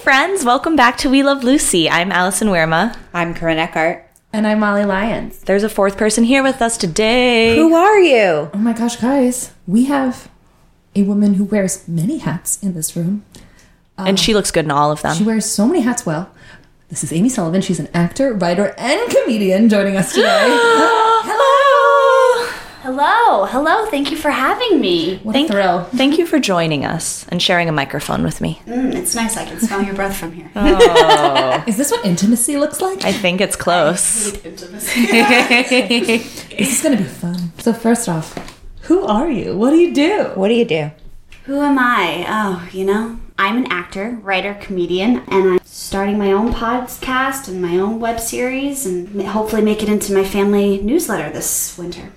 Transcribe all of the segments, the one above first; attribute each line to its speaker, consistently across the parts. Speaker 1: friends. Welcome back to We Love Lucy. I'm Allison Werma.
Speaker 2: I'm Corinne Eckhart.
Speaker 3: And I'm Molly Lyons.
Speaker 1: There's a fourth person here with us today.
Speaker 2: Who are you?
Speaker 3: Oh my gosh, guys, we have a woman who wears many hats in this room.
Speaker 1: and she looks good in all of
Speaker 4: Um.
Speaker 1: them.
Speaker 3: She wears so many hats well. This is Amy Sullivan. She's an actor, writer, and comedian joining us today.
Speaker 4: Hello, hello. Thank you for having me.
Speaker 3: What
Speaker 1: Thank,
Speaker 3: a thrill.
Speaker 1: thank you for joining us and sharing a microphone with me.
Speaker 4: Mm, it's nice. I can smell your breath from here.
Speaker 3: Is this what intimacy looks like?
Speaker 1: I think it's close.
Speaker 3: This is going to be fun. So, first off, who are you? What do you do?
Speaker 2: What do you do?
Speaker 4: Who am I? Oh, you know, I'm an actor, writer, comedian, and I'm starting my own podcast and my own web series, and hopefully make it into my family newsletter this winter.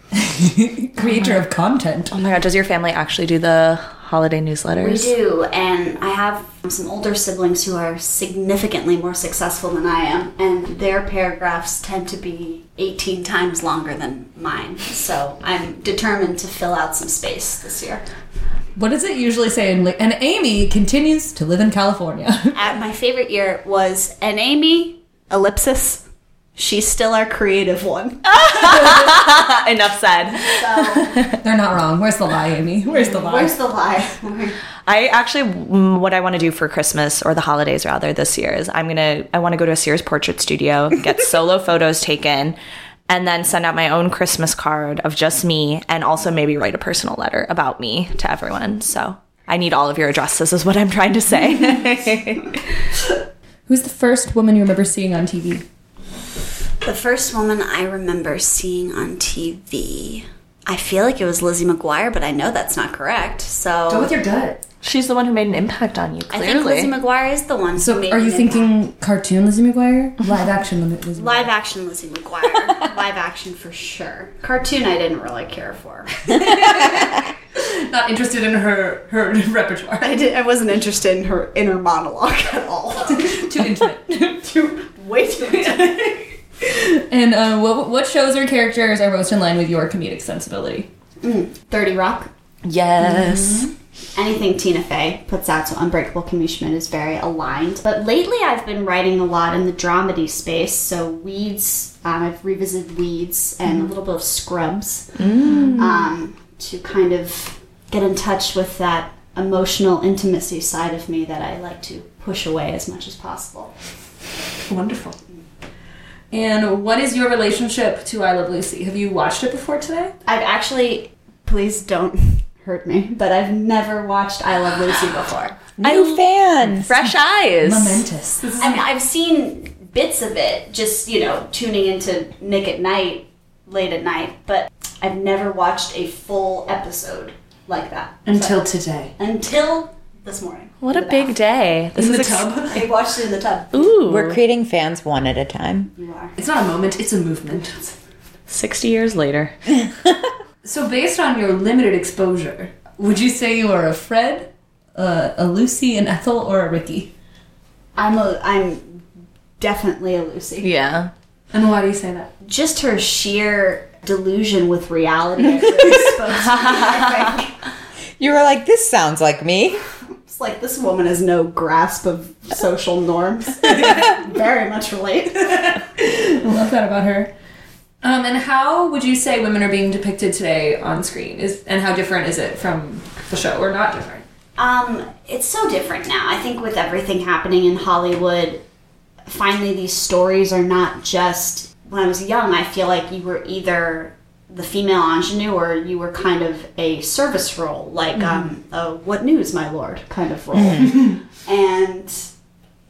Speaker 3: Creator of content.
Speaker 1: Oh my god, does your family actually do the holiday
Speaker 4: We
Speaker 1: newsletters?
Speaker 4: do, and I have some older siblings who are significantly more successful than I am, and their paragraphs tend to be 18 times longer than mine. So I'm determined to fill out some space this year.
Speaker 3: What does it usually say? In, and Amy continues to live in California.
Speaker 4: At my favorite year was an Amy ellipsis. She's still our creative one.
Speaker 1: Ah, enough said.
Speaker 3: They're not wrong. Where's the lie, Amy? Where's the lie?
Speaker 4: Where's the lie?
Speaker 1: I actually, mm, what I want to do for Christmas or the holidays rather this year is I'm gonna, I want to go to a Sears portrait studio, get solo photos taken, and then send out my own Christmas card of just me, and also maybe write a personal letter about me to everyone. So I need all of your addresses, is what I'm trying to say.
Speaker 3: Who's the first woman you remember seeing on TV?
Speaker 4: the first woman I remember seeing on TV. I feel like it was Lizzie McGuire, but I know that's not correct. So
Speaker 3: your gut.
Speaker 1: She's the one who made an impact on you,
Speaker 4: I think Lizzie
Speaker 1: clearly.
Speaker 4: McGuire is the one.
Speaker 3: So,
Speaker 4: who made
Speaker 3: are
Speaker 4: an
Speaker 3: you thinking cartoon Lizzie McGuire? Live action Lizzie McGuire?
Speaker 4: Live action Lizzie McGuire. Live action for sure. Cartoon I didn't really care for.
Speaker 3: Not interested in her her repertoire.
Speaker 4: I, did, I wasn't interested in her inner monologue at all.
Speaker 3: Too intimate.
Speaker 4: Too, way too much.
Speaker 3: and uh, what, what shows or characters are most in line with your comedic sensibility?
Speaker 4: 30 Rock.
Speaker 1: Yes.
Speaker 4: Anything Tina Fey puts out to Unbreakable Kimmy Schmidt is very aligned. But lately I've been writing a lot in the dramedy space. So Weeds, um, I've revisited Weeds and a little bit of Scrubs um, to kind of get in touch with that emotional intimacy side of me that I like to push away as much as possible.
Speaker 3: Wonderful. And what is your relationship to I Love Lucy? Have you watched it before today?
Speaker 4: I've actually, please don't hurt me, but I've never watched I Love Lucy before.
Speaker 2: New fans.
Speaker 1: Fresh eyes.
Speaker 3: Momentous.
Speaker 4: I mean, I've seen bits of it, just you know, tuning into Nick at Night late at night, but I've never watched a full episode like that
Speaker 3: Until today.
Speaker 4: until this morning.
Speaker 1: What
Speaker 4: In
Speaker 1: a
Speaker 4: the
Speaker 1: big day. This
Speaker 3: In the
Speaker 1: ex-
Speaker 3: tub.
Speaker 4: bath. I watched it in the tub.
Speaker 1: Ooh.
Speaker 2: We're creating fans one at a time.
Speaker 4: You are.
Speaker 3: It's not a moment, it's a movement.
Speaker 1: 60 years later.
Speaker 3: So, based on your limited exposure, would you say you are a Fred, uh, a Lucy, an Ethel, or a Ricky?
Speaker 4: I'm a. I'm definitely a Lucy.
Speaker 1: Yeah.
Speaker 3: And why do you say that?
Speaker 4: Just her sheer delusion with reality. I really spoke to me, I think.
Speaker 2: You were like, this sounds like me.
Speaker 4: It's like this woman has no grasp of social norms. Very much relate.
Speaker 3: I love that about her. Um, and how would you say women are being depicted today on screen? Is and how different is it from the show, or not different?
Speaker 4: Um, it's so different now. I think with everything happening in Hollywood, finally these stories are not just. When I was young, I feel like you were either the female ingenue or you were kind of a service role, like um, a "What news, my lord?" kind of role. and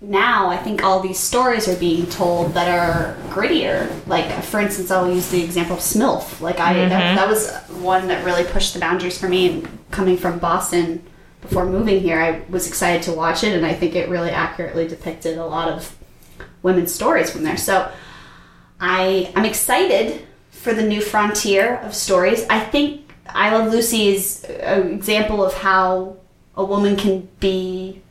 Speaker 4: now I think all these stories are being told that are grittier. Like, for instance, I'll use the example of Smilf. Like, I that, that was one that really pushed the boundaries for me. And coming from Boston before moving here, I was excited to watch it, and I think it really accurately depicted a lot of women's stories from there. So, I I'm excited for the new frontier of stories. I think I Love Lucy is an example of how a woman can be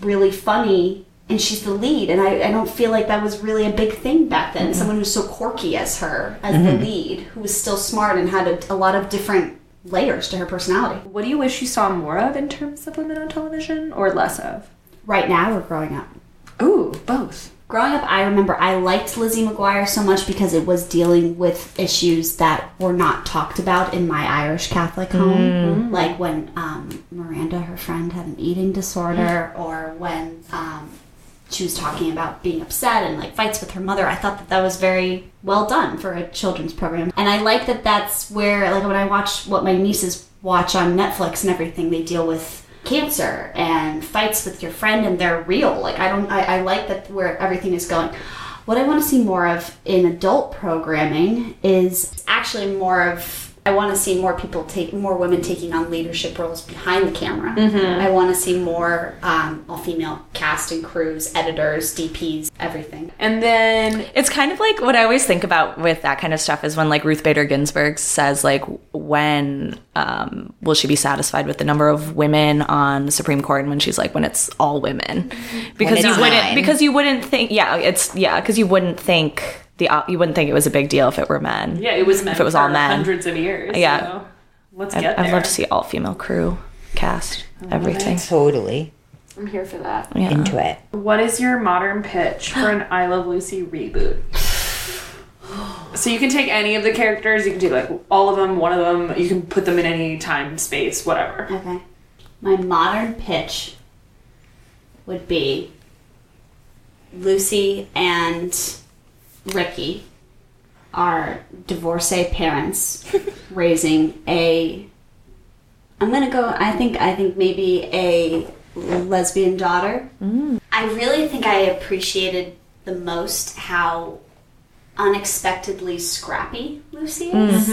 Speaker 4: really funny and she's the lead and I, I don't feel like that was really a big thing back
Speaker 3: Mm-hmm.
Speaker 4: then someone who's so quirky as her as the lead who was still smart and had a, a lot of different layers to her personality
Speaker 3: What do you wish you saw more of in terms of women on television, or less of?
Speaker 4: right now or growing up?
Speaker 3: Ooh, both.
Speaker 4: Growing up, I remember I liked Lizzie McGuire so much because it was dealing with issues that were not talked about in my Irish Catholic
Speaker 3: Mm.
Speaker 4: home, like when um, Miranda, her friend, had an eating disorder, or when um, she was talking about being upset and like fights with her mother. I thought that that was very well done for a children's program, and I like that that's where like when I watch what my nieces watch on Netflix and everything, they deal with cancer and fights with your friend and they're real like i don't i, I like that where everything is going what i want to see more of in adult programming is actually more of i want to see more people take more women taking on leadership roles behind the camera i want to see more um, all female cast and crews editors dps everything
Speaker 3: And then
Speaker 1: It's kind of like what I always think about with that kind of stuff is when like Ruth Bader Ginsburg says like when um, will she be satisfied with the number of women on the Supreme Court and when she's like when it's all women because
Speaker 2: it's
Speaker 1: you wouldn't
Speaker 2: nine.
Speaker 1: because you wouldn't think yeah it's yeah because you wouldn't think the op- you wouldn't think it was a big deal if it were men
Speaker 5: Yeah, it was meant
Speaker 1: if it was all
Speaker 5: for
Speaker 1: men
Speaker 5: hundreds of years.
Speaker 1: Yeah.
Speaker 5: so let's
Speaker 1: I'd,
Speaker 5: get there.
Speaker 1: I'd love to see all female crew cast
Speaker 2: Oh,
Speaker 1: everything
Speaker 2: Totally
Speaker 5: I'm here for that.
Speaker 1: yeah.
Speaker 2: into it.
Speaker 5: What is your modern pitch for an I Love Lucy reboot? So you can take any of the characters, you can do like all of them, one of them, you can put them in any time, space, whatever.
Speaker 4: okay my modern pitch would be lucy and Ricky are divorcee parents raising a I'm gonna go I think I think maybe a lesbian daughter. I really think I appreciated the most how unexpectedly scrappy Lucy is.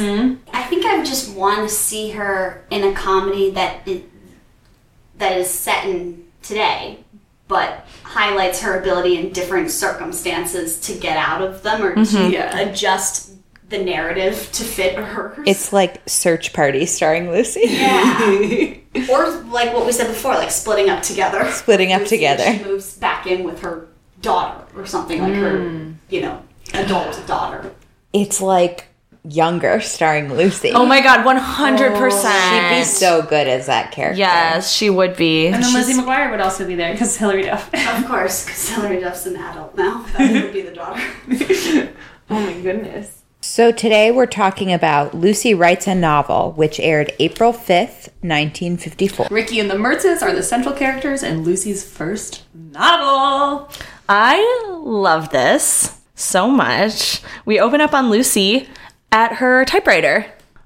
Speaker 4: I think I just want to see her in a comedy that is, that is set in today but highlights her ability in different circumstances to get out of them or to
Speaker 5: Yeah.
Speaker 4: adjust the narrative to fit hers.
Speaker 2: It's like Search Party starring Lucy,
Speaker 4: yeah. or like what we said before, like splitting up together.
Speaker 2: splitting up
Speaker 4: Lucy,
Speaker 2: together.
Speaker 4: She moves back in with her daughter or something like her, you know, adult daughter.
Speaker 2: It's like Younger starring Lucy.
Speaker 1: oh my god 100
Speaker 2: She'd be
Speaker 1: percent
Speaker 2: so good as that character.
Speaker 1: yes she would be
Speaker 5: And then Lizzie McGuire would also be there because Hillary Duff.
Speaker 4: Of course, because Hillary Duff's an adult now. That would be the daughter.
Speaker 5: oh my goodness.
Speaker 2: So today we're talking about Lucy Writes a Novel, which aired April 5th, 1954.
Speaker 5: Ricky and the Mertzes are the central characters in Lucy's first novel.
Speaker 1: I love this so much. We open up on Lucy at her typewriter,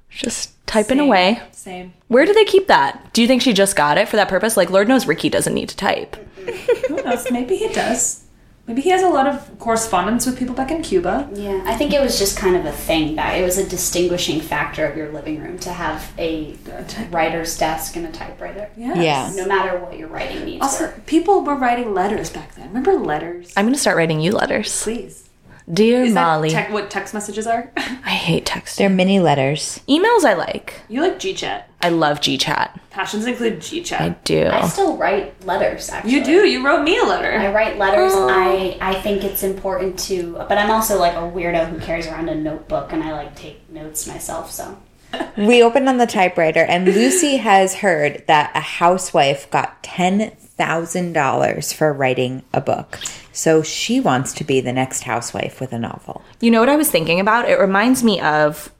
Speaker 1: just typing away.
Speaker 5: Same.
Speaker 1: Where do they keep that? Do you think she just got it for that purpose? Like, Lord knows Ricky doesn't need to type.
Speaker 5: Who knows? Maybe he does. Maybe he has a lot of correspondence with people back in Cuba.
Speaker 4: Yeah, I think it was just kind of a thing that it was a distinguishing factor of your living room to have a writer's desk and a typewriter.
Speaker 5: Yes.
Speaker 2: Yeah.
Speaker 4: No matter what your writing needs
Speaker 5: Also,
Speaker 4: were.
Speaker 5: people were writing letters back then. Remember letters?
Speaker 1: I'm gonna start writing you letters.
Speaker 5: Please.
Speaker 1: Dear
Speaker 5: Is that
Speaker 1: Molly,
Speaker 5: tec- what text messages are?
Speaker 1: I hate texting.
Speaker 2: They're mini letters.
Speaker 1: Emails I like.
Speaker 5: you like GChat.
Speaker 1: I love GChat.
Speaker 5: Passions include
Speaker 1: I
Speaker 5: GChat.
Speaker 1: do.
Speaker 4: I still write letters, actually.
Speaker 5: You do. You wrote me a letter.
Speaker 4: I write letters. I, I think it's important to, but I'm also like a weirdo who carries around a notebook and I like take notes myself. So
Speaker 2: We opened on the typewriter, and Lucy has heard that a housewife got $10,000 for writing a book. So she wants to be the next housewife with a novel.
Speaker 1: You know what I was thinking about? It reminds me of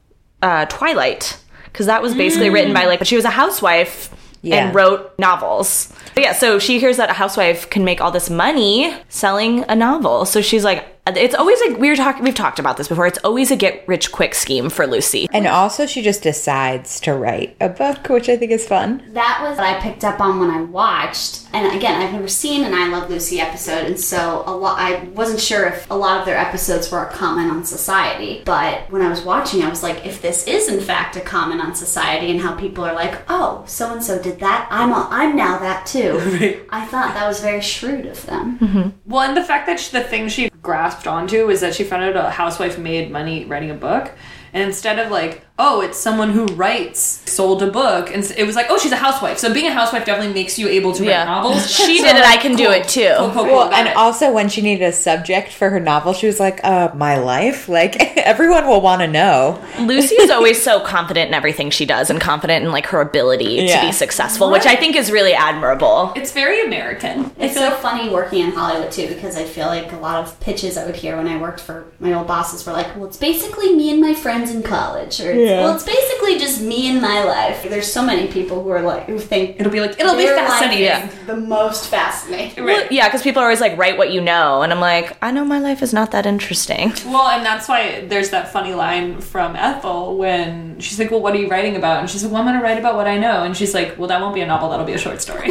Speaker 1: uh, Twilight because that was basically written by like, but she was a housewife
Speaker 2: Yeah.
Speaker 1: and wrote novels. But yeah, so she hears that a housewife can make all this money selling a novel, so she's like, it's always like we were talking, we've talked about this before. It's always a get rich quick scheme for Lucy.
Speaker 2: And also, she just decides to write a book, which I think is fun.
Speaker 4: that was what I picked up on when I watched. And again, I've never seen an I Love Lucy episode, and so a lot I wasn't sure if a lot of their episodes were a comment on society. But when I was watching, I was like, if this is in fact a comment on society and how people are like, oh, so and so did that, I'm a, I'm now that too. I thought that was very shrewd of them.
Speaker 5: Well, and the fact that she, the thing she grasped onto was that she found out a housewife made money writing a book.
Speaker 3: And instead of like, oh, it's someone who writes, sold a book, and s- it was like, oh, she's a housewife. So being a housewife definitely makes you able to
Speaker 1: Yeah.
Speaker 3: write novels.
Speaker 1: She
Speaker 3: So,
Speaker 1: did it, I can do it too.
Speaker 3: Cool, cool, cool,
Speaker 2: Well,
Speaker 3: got
Speaker 2: and
Speaker 3: it.
Speaker 2: also when she needed a subject for her novel, she was like, "Uh, my life." Like everyone will want to know.
Speaker 1: Lucy is always so confident in everything she does and confident in like her ability to
Speaker 2: Yeah.
Speaker 1: be successful, which I think is really admirable.
Speaker 3: it's very American.
Speaker 4: It's so funny working in Hollywood too because I feel like a lot of pitches I would hear when I worked for my old bosses were like, "Well, it's basically me and my friends in college," or it's, "Well, it's basically just me and my life." There's so many people who are like who think
Speaker 3: It'll be like it'll be
Speaker 4: their life
Speaker 3: fascinating.
Speaker 4: is the most fascinating.
Speaker 1: Well, yeah, because people are always like, write what you know. And I'm like, I know my life is not that interesting.
Speaker 3: Well, and that's why there's that funny line from Ethel when she's like, "Well, what are you writing about?" And she's like, "Well, I'm gonna write about what I know." And she's like, "Well, that won't be a novel. That'll be a short story."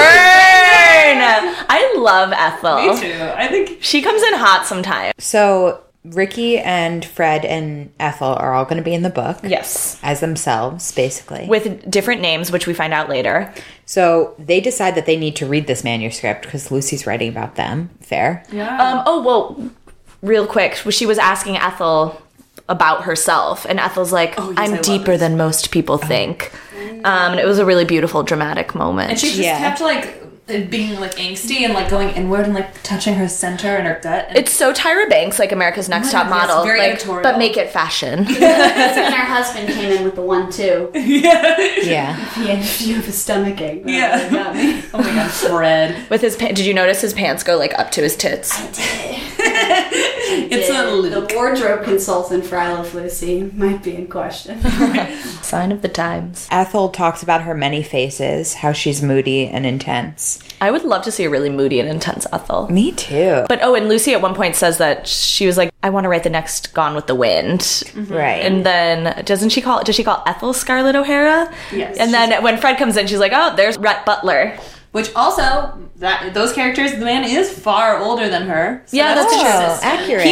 Speaker 1: Burn! I love Ethel.
Speaker 3: Me too. I think
Speaker 1: She comes in hot sometimes.
Speaker 2: So Ricky and Fred and Ethel are all going to be in the book
Speaker 1: Yes.
Speaker 2: as themselves, basically.
Speaker 1: With different names, which we find out later.
Speaker 2: so they decide that they need to read this manuscript because Lucy's writing about them. Fair.
Speaker 1: Um, oh, well, real quick, she was asking Ethel about herself, and Ethel's like,
Speaker 3: Oh,
Speaker 1: I'm deeper than most people think. Um, and it was a really beautiful, dramatic moment.
Speaker 3: and she just
Speaker 2: Yeah.
Speaker 3: kept like it being like angsty and like going inward and like touching her center and her gut. And
Speaker 1: it's so Tyra Banks, like America's Next Top
Speaker 3: Oh yes,
Speaker 1: Model,
Speaker 3: very
Speaker 1: like,
Speaker 3: editorial.
Speaker 1: but make it fashion.
Speaker 4: That's when her husband came in with the one two.
Speaker 2: Yeah.
Speaker 4: He had a few of his stomaching.
Speaker 3: Yeah.
Speaker 4: Got me.
Speaker 3: oh my god, Fred!
Speaker 1: With his, pa- did you notice his pants go like up to his tits?
Speaker 3: It's a
Speaker 4: The
Speaker 3: Luke.
Speaker 4: wardrobe consultant for I Love Lucy might be in question.
Speaker 1: Sign of the times.
Speaker 2: Ethel talks about her many faces, how she's moody and intense.
Speaker 1: I would love to see a really moody and intense Ethel.
Speaker 2: Me too.
Speaker 1: But oh, and Lucy at one point says that she was like, I want to write the next Gone with the Wind.
Speaker 3: Mm-hmm.
Speaker 2: Right.
Speaker 1: And then doesn't she call does she call Ethel Scarlett O'Hara?
Speaker 3: Yes.
Speaker 1: And then when Fred comes in, she's like, Oh, there's Rhett Butler.
Speaker 3: Which also that those characters, the man is far older than her. So
Speaker 1: Yeah, that's
Speaker 3: interesting.
Speaker 2: oh, accurate.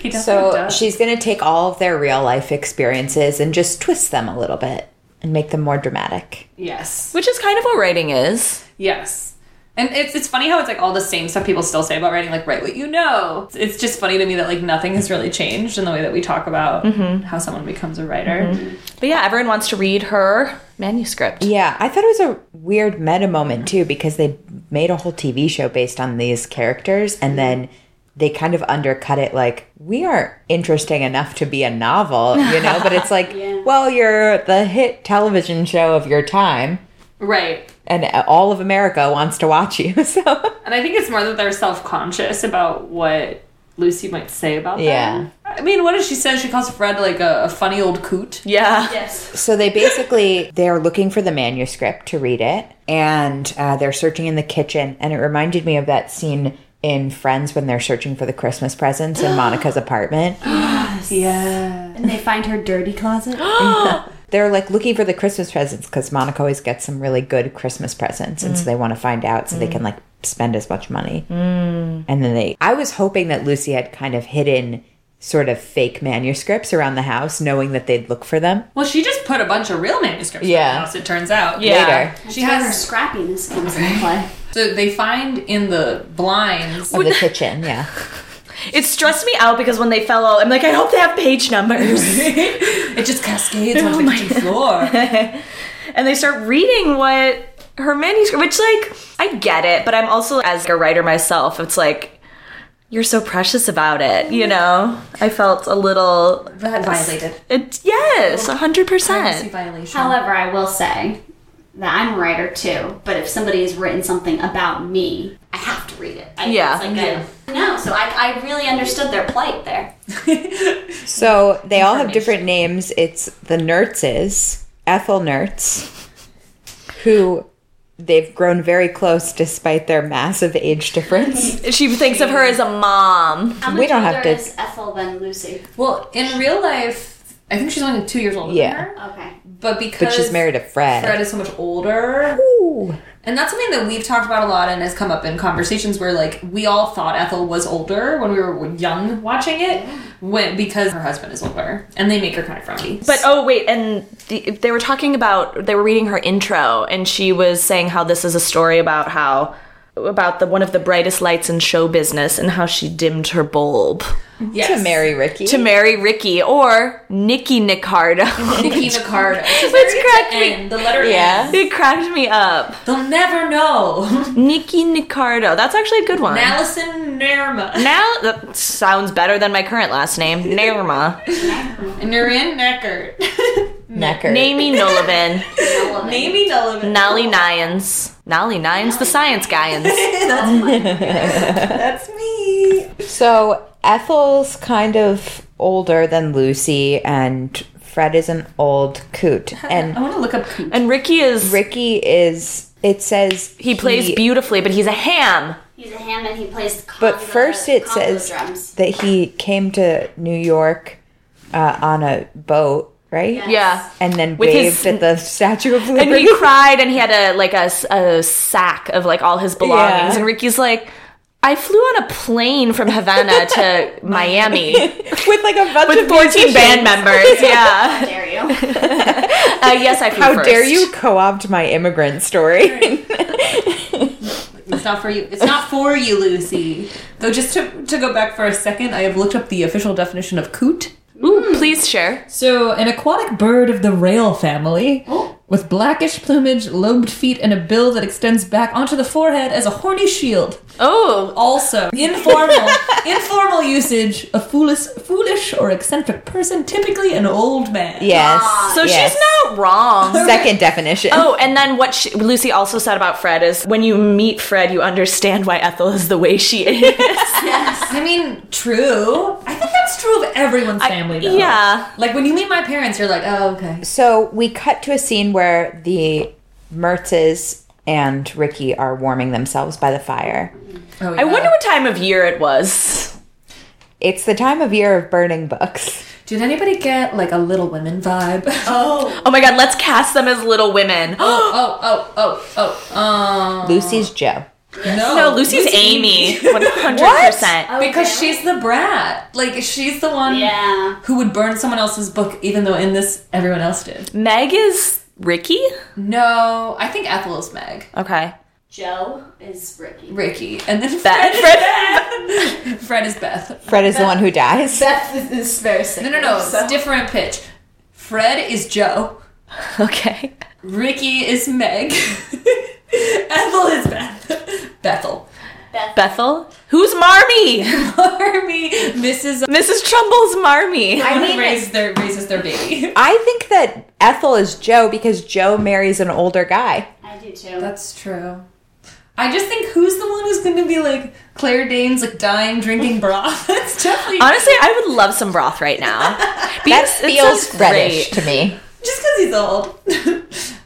Speaker 3: He definitely
Speaker 2: so
Speaker 3: does.
Speaker 2: she's going to take all of their real life experiences and just twist them a little bit and make them more dramatic.
Speaker 3: yes,
Speaker 1: Which is kind of what writing is.
Speaker 3: yes. And it's, it's funny how it's like all the same stuff people still say about writing, like write what you know. It's just funny to me that like nothing has really changed in the way that we talk about how someone becomes a writer.
Speaker 1: But yeah, everyone wants to read her manuscript.
Speaker 2: Yeah, I thought it was a weird meta moment too because they made a whole TV show based on these characters and
Speaker 3: Mm-hmm.
Speaker 2: then they kind of undercut it like we aren't interesting enough to be a novel, you know, but it's like well, you're the hit television show of your time
Speaker 3: Right.
Speaker 2: and all of America wants to watch you. So
Speaker 3: And I think it's more that they're self conscious about what Lucy might say about them.
Speaker 2: Yeah.
Speaker 3: I mean, what does she say? She calls Fred like a, a funny old coot.
Speaker 1: Yeah.
Speaker 4: yes.
Speaker 2: So they basically they're looking for the manuscript to read it, and uh, they're searching in the kitchen. And it reminded me of that scene in Friends when they're searching for the Christmas presents in Monica's apartment.
Speaker 3: Yeah.
Speaker 4: And they find her dirty closet.
Speaker 2: They're like looking for the Christmas presents because Monica always gets some really good Christmas presents, and so they want to find out so they can like spend as much money. And then they, I was hoping that Lucy had kind of hidden sort of fake manuscripts around the house, knowing that they'd look for them
Speaker 3: Well, she just put a bunch of real manuscripts in
Speaker 2: Yeah.
Speaker 3: the house, it turns out.
Speaker 1: Yeah.
Speaker 2: later.
Speaker 3: She
Speaker 4: That's
Speaker 3: has.
Speaker 4: where her scrappiness comes into play.
Speaker 3: So they find in the blinds.
Speaker 2: Of the kitchen, yeah.
Speaker 1: It stressed me out because when they fell out, I'm like, I hope they have page numbers.
Speaker 3: It just cascades onto the kitchen floor.
Speaker 1: and they start reading what her manuscript which like i get it but i'm also as a writer myself it's like you're so precious about it you know i felt a little
Speaker 3: That violated.
Speaker 1: it, yes 100%
Speaker 3: violation.
Speaker 4: However, I will say that I'm a writer too, but if somebody has written something about me, I have to read it. I,
Speaker 1: Yeah.
Speaker 4: It's like I, no, so I, I really understood their plight there.
Speaker 2: So they all have different names. It's the Nertzes, Ethel Nertz, who they've grown very close despite their massive age difference.
Speaker 1: she thinks of her as a mom
Speaker 4: How
Speaker 2: We
Speaker 4: much
Speaker 2: don't have
Speaker 4: older
Speaker 2: to-
Speaker 4: is Ethel than Lucy?
Speaker 3: Well, in real life, I think she's only two years older
Speaker 2: Yeah.
Speaker 3: than her.
Speaker 4: Okay.
Speaker 3: But because
Speaker 2: But she's married to Fred.
Speaker 3: Fred is so much older.
Speaker 2: Ooh.
Speaker 3: And that's something that we've talked about a lot and has come up in conversations where like we all thought Ethel was older when we were young watching it when because her husband is older and they make her kind of frumpy.
Speaker 1: but oh wait and the, they were talking about they were reading her intro and she was saying how this is a story about how about the one of the brightest lights in show business and how she dimmed her bulb
Speaker 3: Yes.
Speaker 2: to marry Ricky.
Speaker 1: to marry Ricky or Nikki Nicardo.
Speaker 3: Nikki Nicardo.
Speaker 1: Which cracked
Speaker 3: correct
Speaker 1: me-
Speaker 3: The letter
Speaker 2: Yeah.
Speaker 3: N.
Speaker 1: it cracked me up.
Speaker 3: They'll never know.
Speaker 1: Nikki Nicardo. That's actually a good one.
Speaker 3: Allison Nerma.
Speaker 1: Now that sounds better than my current last name, Nerma.
Speaker 3: Nurin Necker.
Speaker 2: Necker.
Speaker 1: Namey Nolovin.
Speaker 3: Amy Nelliman.
Speaker 1: Nolly Nyans. Nolly Nyans, the science guyans.
Speaker 3: That's me.
Speaker 2: So Ethel's kind of older than Lucy, and Fred is an old coot,
Speaker 3: I
Speaker 2: and
Speaker 3: want to look up Coop.
Speaker 1: And Ricky is.
Speaker 2: Ricky is. It says
Speaker 1: He plays beautifully, but he's a ham.
Speaker 4: He's a ham and he plays the
Speaker 2: But
Speaker 4: conga-
Speaker 2: first, it
Speaker 4: conga
Speaker 2: says
Speaker 4: drums.
Speaker 2: that he came to New York uh, on a boat, right?
Speaker 1: Yeah.
Speaker 2: And then
Speaker 1: With
Speaker 2: waved
Speaker 1: his-
Speaker 2: at the Statue of
Speaker 1: And
Speaker 2: Liberty.
Speaker 1: he cried and he had a like a, s- a sack of like all his belongings.
Speaker 2: Yeah.
Speaker 1: And Ricky's like, I flew on a plane from Havana to Miami
Speaker 2: with like a bunch
Speaker 1: with
Speaker 2: of
Speaker 1: 14 band
Speaker 2: musicians.
Speaker 1: members. Yeah.
Speaker 4: How dare you?
Speaker 1: Uh, yes, I flew
Speaker 2: How
Speaker 1: first.
Speaker 2: dare you co-opt my immigrant story?
Speaker 3: It's not for you. It's not for you, Lucy. Though, just to, to go back for a second, I have looked up the official definition of coot.
Speaker 1: Ooh, please share.
Speaker 3: So, an aquatic bird of the rail family with blackish plumage, lobed feet, and a bill that extends back onto the forehead as a horny shield.
Speaker 1: Oh,
Speaker 3: Also, informal informal usage, a foolish, foolish or eccentric person, typically an old man.
Speaker 2: yes.
Speaker 1: So
Speaker 2: yes.
Speaker 1: she's not wrong.
Speaker 2: Second definition.
Speaker 1: Oh, and then what she, Lucy also said about Fred is when you meet Fred, you understand why Ethel is the way she is.
Speaker 3: I mean, true. I think that's true of everyone's family, though.
Speaker 1: yeah.
Speaker 3: Like when you meet my parents, you're like, oh, okay.
Speaker 2: So we cut to a scene where the Mertzes and Ricky are warming themselves by the fire.
Speaker 3: Oh,
Speaker 1: I wonder what time of year it was.
Speaker 2: It's the time of year of burning books.
Speaker 3: Did anybody get like a Little Women vibe? Oh,
Speaker 1: Oh my god, let's cast them as little women. no,
Speaker 3: oh, oh, oh, oh. Um,
Speaker 2: Lucy's Joe.
Speaker 3: no,
Speaker 1: Oh, Lucy's Amy. 100%.
Speaker 3: Because she's the brat. Like she's the one
Speaker 4: Yeah.
Speaker 3: who would burn someone else's book, even though in this everyone else did.
Speaker 1: Meg is Ricky?
Speaker 3: No, I think Ethel is Meg.
Speaker 1: Okay.
Speaker 4: Joe is Ricky.
Speaker 3: Ricky, and then
Speaker 1: Beth.
Speaker 3: Fred. Fred, Fred is Beth.
Speaker 2: Fred is the one who dies.
Speaker 4: Beth is very sick.
Speaker 3: No, no, no. It's different pitch. Fred is Joe.
Speaker 1: Okay.
Speaker 3: Ricky is Meg. Ethel is Beth. Bethel.
Speaker 1: Bethel? Who's Marmy?
Speaker 3: Army. Mrs.
Speaker 1: Mrs. Trumbull's Marmy.
Speaker 3: I
Speaker 4: mean-
Speaker 3: raise their raises their baby.
Speaker 2: I think that Ethel is Joe because Joe marries an older guy.
Speaker 4: I do too.
Speaker 3: That's true. I just think who's the one who's going to be like Claire Danes, like dying, drinking broth. That's definitely
Speaker 1: Honestly, I would love some broth right now.
Speaker 2: That
Speaker 1: Because it
Speaker 2: feels
Speaker 1: sounds great.
Speaker 2: Fredish to me.
Speaker 3: just because he's old.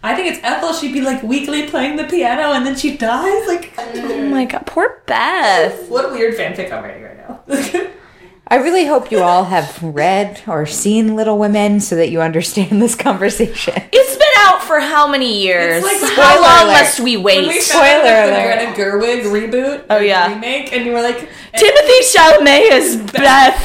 Speaker 3: I think it's Ethel. She'd be like weekly playing the piano, and then she dies. Like,
Speaker 1: Oh my god, poor Beth.
Speaker 3: what weird fanfic I'm writing right now.
Speaker 2: I really hope you all have read or seen Little Women so that you understand this conversation.
Speaker 1: It's been out for how many years?
Speaker 3: It's like-
Speaker 1: how
Speaker 2: Spoiler
Speaker 1: long
Speaker 2: alert.
Speaker 1: must we wait?
Speaker 3: When we found out,
Speaker 2: Spoiler
Speaker 3: like, The Greta Gerwig reboot.
Speaker 1: Oh,
Speaker 3: like,
Speaker 1: yeah.
Speaker 3: Remake, and you were like,
Speaker 1: Timothy Chalamet is Beth.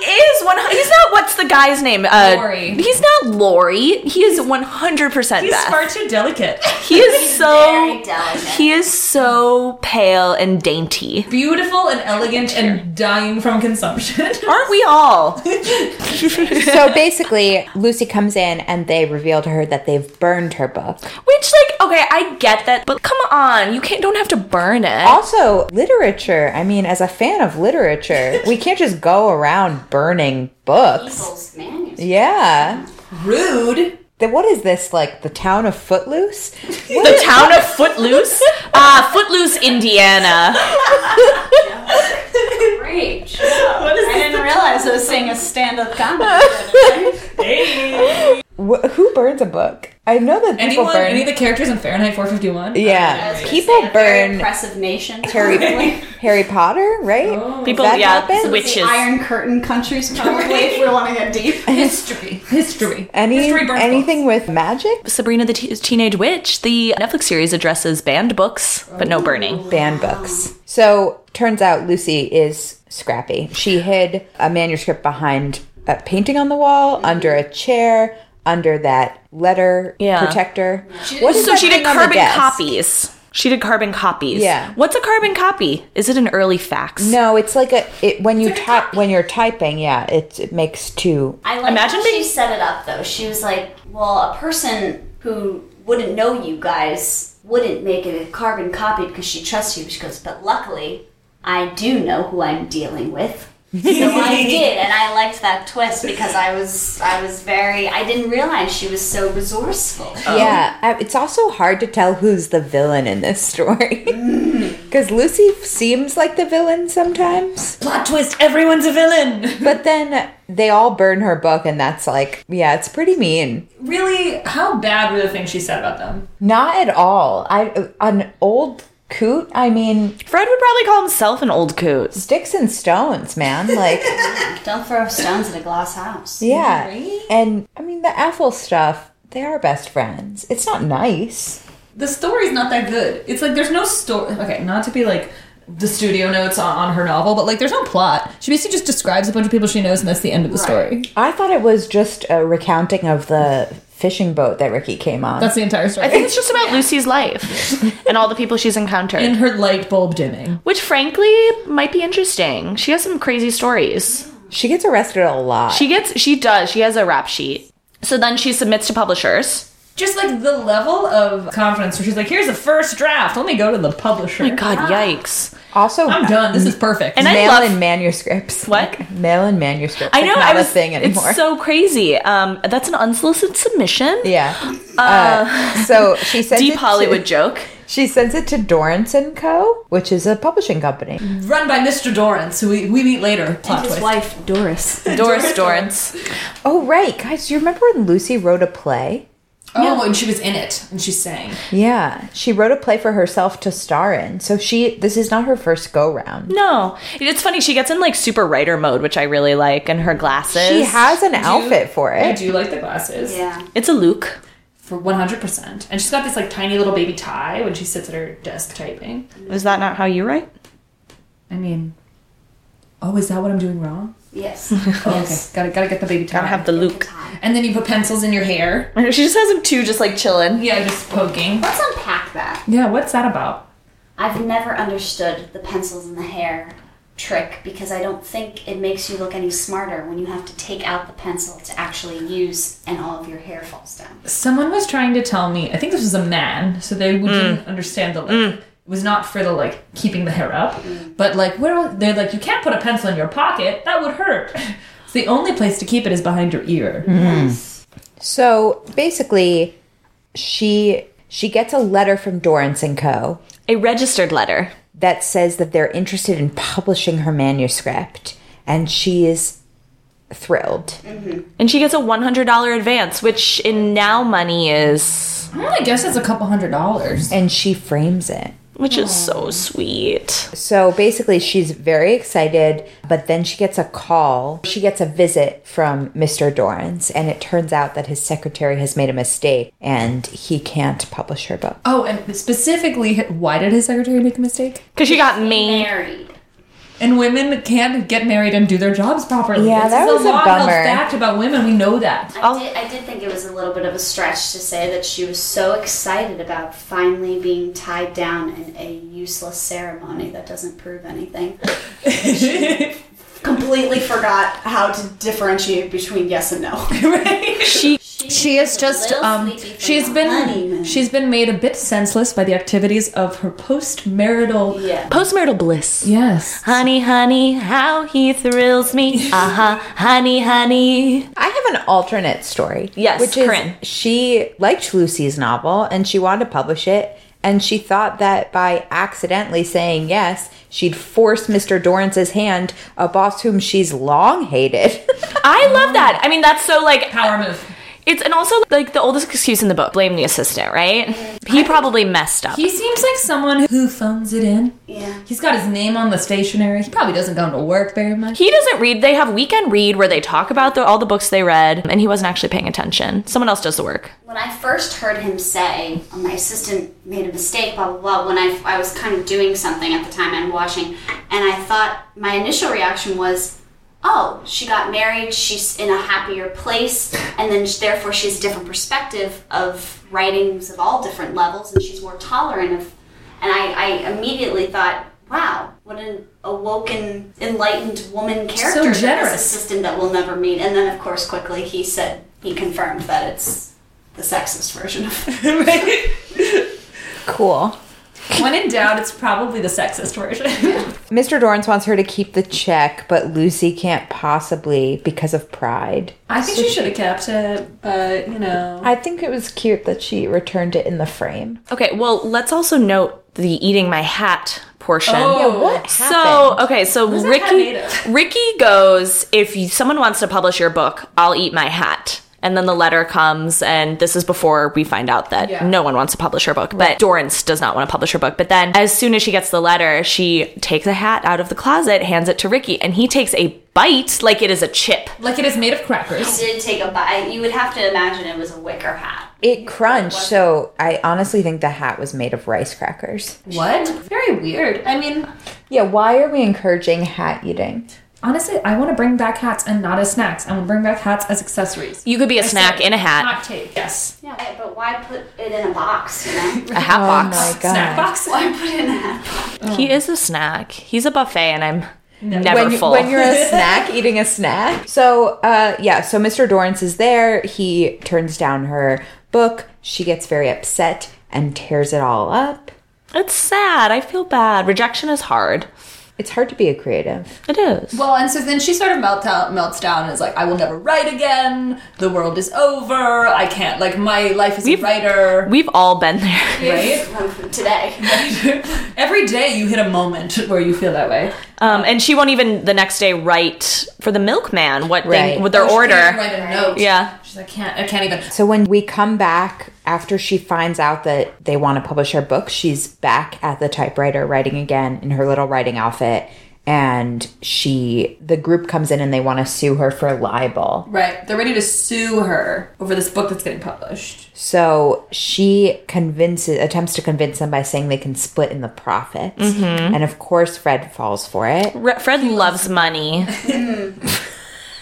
Speaker 1: he is one. He's not. What's the guy's name? Uh,
Speaker 3: Laurie.
Speaker 1: He's not Lori. He is one hundred percent
Speaker 3: he's
Speaker 1: Beth.
Speaker 3: far too delicate.
Speaker 1: He is so.
Speaker 4: very delicate.
Speaker 1: Oh, He is so pale and dainty.
Speaker 3: Beautiful and elegant and dying from consumption.
Speaker 1: Aren't we all?
Speaker 2: So basically, Lucy comes in and they reveal to her that they've burned her book.
Speaker 1: Which, like, okay, I get that, but come on, you can't. Don't have to burn it.
Speaker 2: Also, literature. I mean, as a fan of literature, we can't just go around burning books.
Speaker 4: People's man.
Speaker 2: Yeah.
Speaker 3: Rude.
Speaker 2: Then what is this like? The town of Footloose?
Speaker 1: the town of Footloose, ah, Footloose, Indiana.
Speaker 4: Great. show. I didn't realize I was seeing a stand-up comedy.
Speaker 2: Wh- who burns a book? I know that people
Speaker 3: Anyone,
Speaker 2: burn.
Speaker 3: any of the characters in Fahrenheit 451?
Speaker 2: yeah, people
Speaker 4: Say, a very
Speaker 2: burn
Speaker 4: Oppressive nation.
Speaker 2: Harry Harry Potter, right?
Speaker 1: People,
Speaker 2: That
Speaker 1: yeah,
Speaker 2: happens?
Speaker 1: witches.
Speaker 4: Iron Curtain countries, probably, if we want to get deep.
Speaker 3: History. History.
Speaker 2: Any
Speaker 3: History burns
Speaker 2: anything with magic?
Speaker 1: Sabrina the Te- Teenage Witch, the Netflix series addresses banned books, but no burning.
Speaker 2: Ban books. So turns out Lucy is scrappy. She hid a manuscript behind a painting on the wall, under a chair, under that letter
Speaker 1: Yeah.
Speaker 2: protector.
Speaker 3: What
Speaker 1: So she did carbon
Speaker 2: copy.
Speaker 1: copies. She did carbon copies.
Speaker 2: Yeah.
Speaker 1: What's a carbon copy? Is it an early fax?
Speaker 2: No, it's like a it when you type when you're typing. Yeah, it it makes two.
Speaker 4: I like
Speaker 1: Imagine
Speaker 4: Imagine how
Speaker 1: being-
Speaker 4: she set it up though. She was like, "Well, a person who wouldn't know you guys wouldn't make it a carbon copy because she trusts you." She goes, "But luckily, I do know who I'm dealing with." so I did, and I liked that twist because I was I was very I didn't realize she was so resourceful.
Speaker 1: Um,
Speaker 2: Yeah, I- it's also hard to tell who's the villain in this story
Speaker 1: Mm.
Speaker 2: because Lucy seems like the villain sometimes,
Speaker 1: Plot twist. Everyone's a villain.
Speaker 2: but then they all burn her book, and that's like, yeah, it's pretty mean.
Speaker 3: Really, how bad were the things she said about them?
Speaker 2: Not at all. I an old coot. I mean,
Speaker 1: Fred would probably call himself an old coot.
Speaker 2: sticks and stones, man. Like.
Speaker 4: Don't throw stones at a glass house.
Speaker 2: Yeah. And I mean, the Apple stuff, they are best friends. It's not nice.
Speaker 3: The story's not that good. It's like there's no story. Okay, not to be like the studio notes on, on her novel, but like there's no plot. She basically just describes a bunch of people she knows, and that's the end of the story.
Speaker 2: I thought it was just a recounting of the fishing boat that Ricky came on.
Speaker 3: That's the entire story.
Speaker 1: I think it's just about Lucy's life and all the people she's encountered,
Speaker 3: and her light bulb dimming.
Speaker 1: which frankly might be interesting. She has some crazy stories.
Speaker 2: she gets arrested a lot.
Speaker 1: She gets, she does, she has a rap sheet. So then she submits to publishers.
Speaker 3: Just like the level of confidence where she's like, here's the first draft. Let me go to the publisher.
Speaker 1: God, yikes.
Speaker 2: also,
Speaker 3: I'm done. Oh This is perfect.
Speaker 1: And I
Speaker 2: mail
Speaker 1: love-
Speaker 2: in manuscripts.
Speaker 1: What?
Speaker 2: Like, mail in manuscripts.
Speaker 1: I know,
Speaker 2: Like, not
Speaker 1: I was,
Speaker 2: a thing anymore.
Speaker 1: it's so crazy. Um, that's an unsolicited submission.
Speaker 2: yeah. Uh, so she sends
Speaker 1: Deep
Speaker 2: it
Speaker 1: Hollywood
Speaker 2: To,
Speaker 1: joke.
Speaker 2: she sends it to Dorrance and Co., which is a publishing company.
Speaker 1: Mm-hmm.
Speaker 3: Run by Mr. Dorrance, who we, we meet later. Plot
Speaker 4: His
Speaker 3: twist.
Speaker 4: wife Doris.
Speaker 1: Doris Dorrance.
Speaker 2: Oh right, guys, do you remember when Lucy wrote a play?
Speaker 3: Oh, and she was in it, and she sang.
Speaker 2: Yeah, she wrote a play for herself to star in. So she this is not her first go round.
Speaker 1: No. It's funny, she gets in like super writer mode, which I really like, and her glasses.
Speaker 2: She has an outfit for
Speaker 3: I
Speaker 2: it.
Speaker 3: do like the glasses
Speaker 4: Yeah.
Speaker 1: It's a Luke.
Speaker 3: for 100%. And she's got this like tiny little baby tie when she sits at her desk typing.
Speaker 1: Is that not how you write?
Speaker 3: I mean, oh, is that what I'm doing wrong?
Speaker 4: Yes.
Speaker 3: Oh, okay. Gotta, gotta get the baby tie.
Speaker 1: I have the Luke.
Speaker 3: and then you put pencils in your hair.
Speaker 1: She just has them two just like chilling.
Speaker 3: Yeah, just poking.
Speaker 4: Let's unpack that.
Speaker 3: Yeah, what's that about?
Speaker 4: I've never understood the pencils in the hair trick because I don't think it makes you look any smarter when you have to take out the pencil to actually use and all of your hair falls down.
Speaker 3: Someone was trying to tell me, I think this was a man, so they wouldn't understand the like, it was not for the like keeping the hair up, but like where are- they're like you can't put a pencil in your pocket, that would hurt. So the only place to keep it is behind your ear.
Speaker 2: So basically, she she gets a letter from Dorrance and Co.
Speaker 1: A registered letter.
Speaker 2: that says that they're interested in publishing her manuscript, and she is thrilled.
Speaker 1: And she gets a $100 advance, which in now money is.
Speaker 3: Well, I guess it's a couple hundred dollars.
Speaker 2: And she frames it.
Speaker 1: Which is so sweet.
Speaker 2: So basically, she's very excited, but then she gets a call. She gets a visit from Mr. Dorrance, and it turns out that his secretary has made a mistake and he can't publish her book.
Speaker 3: Oh, and specifically, why did his secretary make a mistake?
Speaker 1: Because she got me.
Speaker 4: Married.
Speaker 3: And women can't get married and do their jobs properly.
Speaker 2: Yeah,
Speaker 3: This
Speaker 2: that
Speaker 3: is
Speaker 2: was a
Speaker 3: long-held
Speaker 2: bummer.
Speaker 3: fact about women. We know that.
Speaker 4: I did, I did think it was a little bit of a stretch to say that she was so excited about finally being tied down in a useless ceremony that doesn't prove anything. She completely forgot how to differentiate between yes and no.
Speaker 1: She
Speaker 4: She is
Speaker 3: just um, she's been she's been made a bit senseless by the activities of her post-marital.
Speaker 4: yeah.
Speaker 1: postmarital bliss.
Speaker 3: Yes.
Speaker 1: Honey, honey, how he thrills me. Uh huh. Honey, honey.
Speaker 2: I have an alternate story.
Speaker 1: Yes,
Speaker 2: which is
Speaker 1: Corinne.
Speaker 2: she liked Lucy's novel and she wanted to publish it, and she thought that by accidentally saying yes, she'd force Mr. Dorrance's hand, a boss whom she's long hated.
Speaker 1: I love that. I mean, that's so like
Speaker 3: Power move.
Speaker 1: it's and also like the oldest excuse in the book. Blame the assistant, right? He probably messed up.
Speaker 3: He seems like someone who phones it in.
Speaker 4: Yeah.
Speaker 3: He's got his name on the stationery. He probably doesn't go to work very much.
Speaker 1: He doesn't read. They have weekend read where they talk about the, all the books they read, and he wasn't actually paying attention. Someone else does the work.
Speaker 4: When I first heard him say, "Oh, my assistant made a mistake, blah, blah, blah, when I, I was kind of doing something at the time and watching, and I thought, my initial reaction was, oh, she got married, she's in a happier place, and then sh- therefore she has a different perspective of writings of all different levels, and she's more tolerant of. And I, I immediately thought, wow, what an awoken, enlightened woman character! that this
Speaker 3: generous.
Speaker 4: assistant that we'll never meet. And then, of course, quickly he said he confirmed that it's the sexist version of.
Speaker 2: Cool.
Speaker 3: When in doubt, it's probably the sexist version.
Speaker 2: Mr. Dorrance wants her to keep the check, but Lucy can't possibly because of pride.
Speaker 3: I think she should have kept it, but you know.
Speaker 2: I think it was cute that she returned it in the frame.
Speaker 1: Okay, well, let's also note the eating my hat portion.
Speaker 3: Oh,
Speaker 2: What
Speaker 1: So okay, so
Speaker 3: that hat made
Speaker 1: Ricky
Speaker 3: of?
Speaker 1: Ricky goes if you, someone wants to publish your book, I'll eat my hat. And then the letter comes, and this is before we find out that
Speaker 3: Yeah.
Speaker 1: no one wants to publish her book. But Dorrance does not want to publish her book. But then, as soon as she gets the letter, she takes a hat out of the closet, hands it to Ricky, and he takes a bite like it is a chip.
Speaker 3: Like it is made of crackers.
Speaker 4: did take a bite. You would have to imagine it was a wicker hat.
Speaker 2: it crunched, so I honestly think the hat was made of rice crackers.
Speaker 3: What? Very weird. I mean,
Speaker 2: Yeah, why are we encouraging hat eating?
Speaker 3: honestly, I want to bring back hats and not as snacks. I want to bring back hats as accessories.
Speaker 1: You could be a snack
Speaker 3: said
Speaker 1: in a hat,
Speaker 3: Not tape. Yes.
Speaker 4: Yeah, but why put it in a box? You know,
Speaker 1: a hat box.
Speaker 2: Oh my
Speaker 3: Snack box.
Speaker 4: why put it in a hat?
Speaker 1: He is a snack. He's a buffet, and I'm never
Speaker 2: when, you-
Speaker 1: full.
Speaker 2: when you're a snack eating a snack. So, uh, yeah, so Mr. Dorrance is there. He turns down her book. She gets very upset and tears it all up.
Speaker 1: it's sad. I feel bad. Rejection is hard.
Speaker 2: It's hard to be a creative.
Speaker 1: It is.
Speaker 3: Well, and so then she sort of melts out, melts down, and is like, "I will never write again. The world is over. I can't. Like my life as a writer."
Speaker 1: We've all been there.
Speaker 3: Right?
Speaker 4: Today,
Speaker 3: Every day you hit a moment where you feel that way.
Speaker 1: Um, and she won't even the next day write for the milkman what
Speaker 2: Right.
Speaker 1: they with their
Speaker 3: She can't even
Speaker 1: order.
Speaker 3: Write a note.
Speaker 1: Yeah.
Speaker 3: She's like, I can't. I can't even.
Speaker 2: So, when we come back after she finds out that they want to publish her book, she's back at the typewriter writing again in her little writing outfit. And she, the group comes in and they want to sue her for libel.
Speaker 3: Right. They're ready to sue her over this book that's getting published.
Speaker 2: So she convinces, attempts to convince them by saying they can split in the profits,
Speaker 3: Mm-hmm.
Speaker 2: and of course Fred falls for it.
Speaker 1: Re- Fred loves money.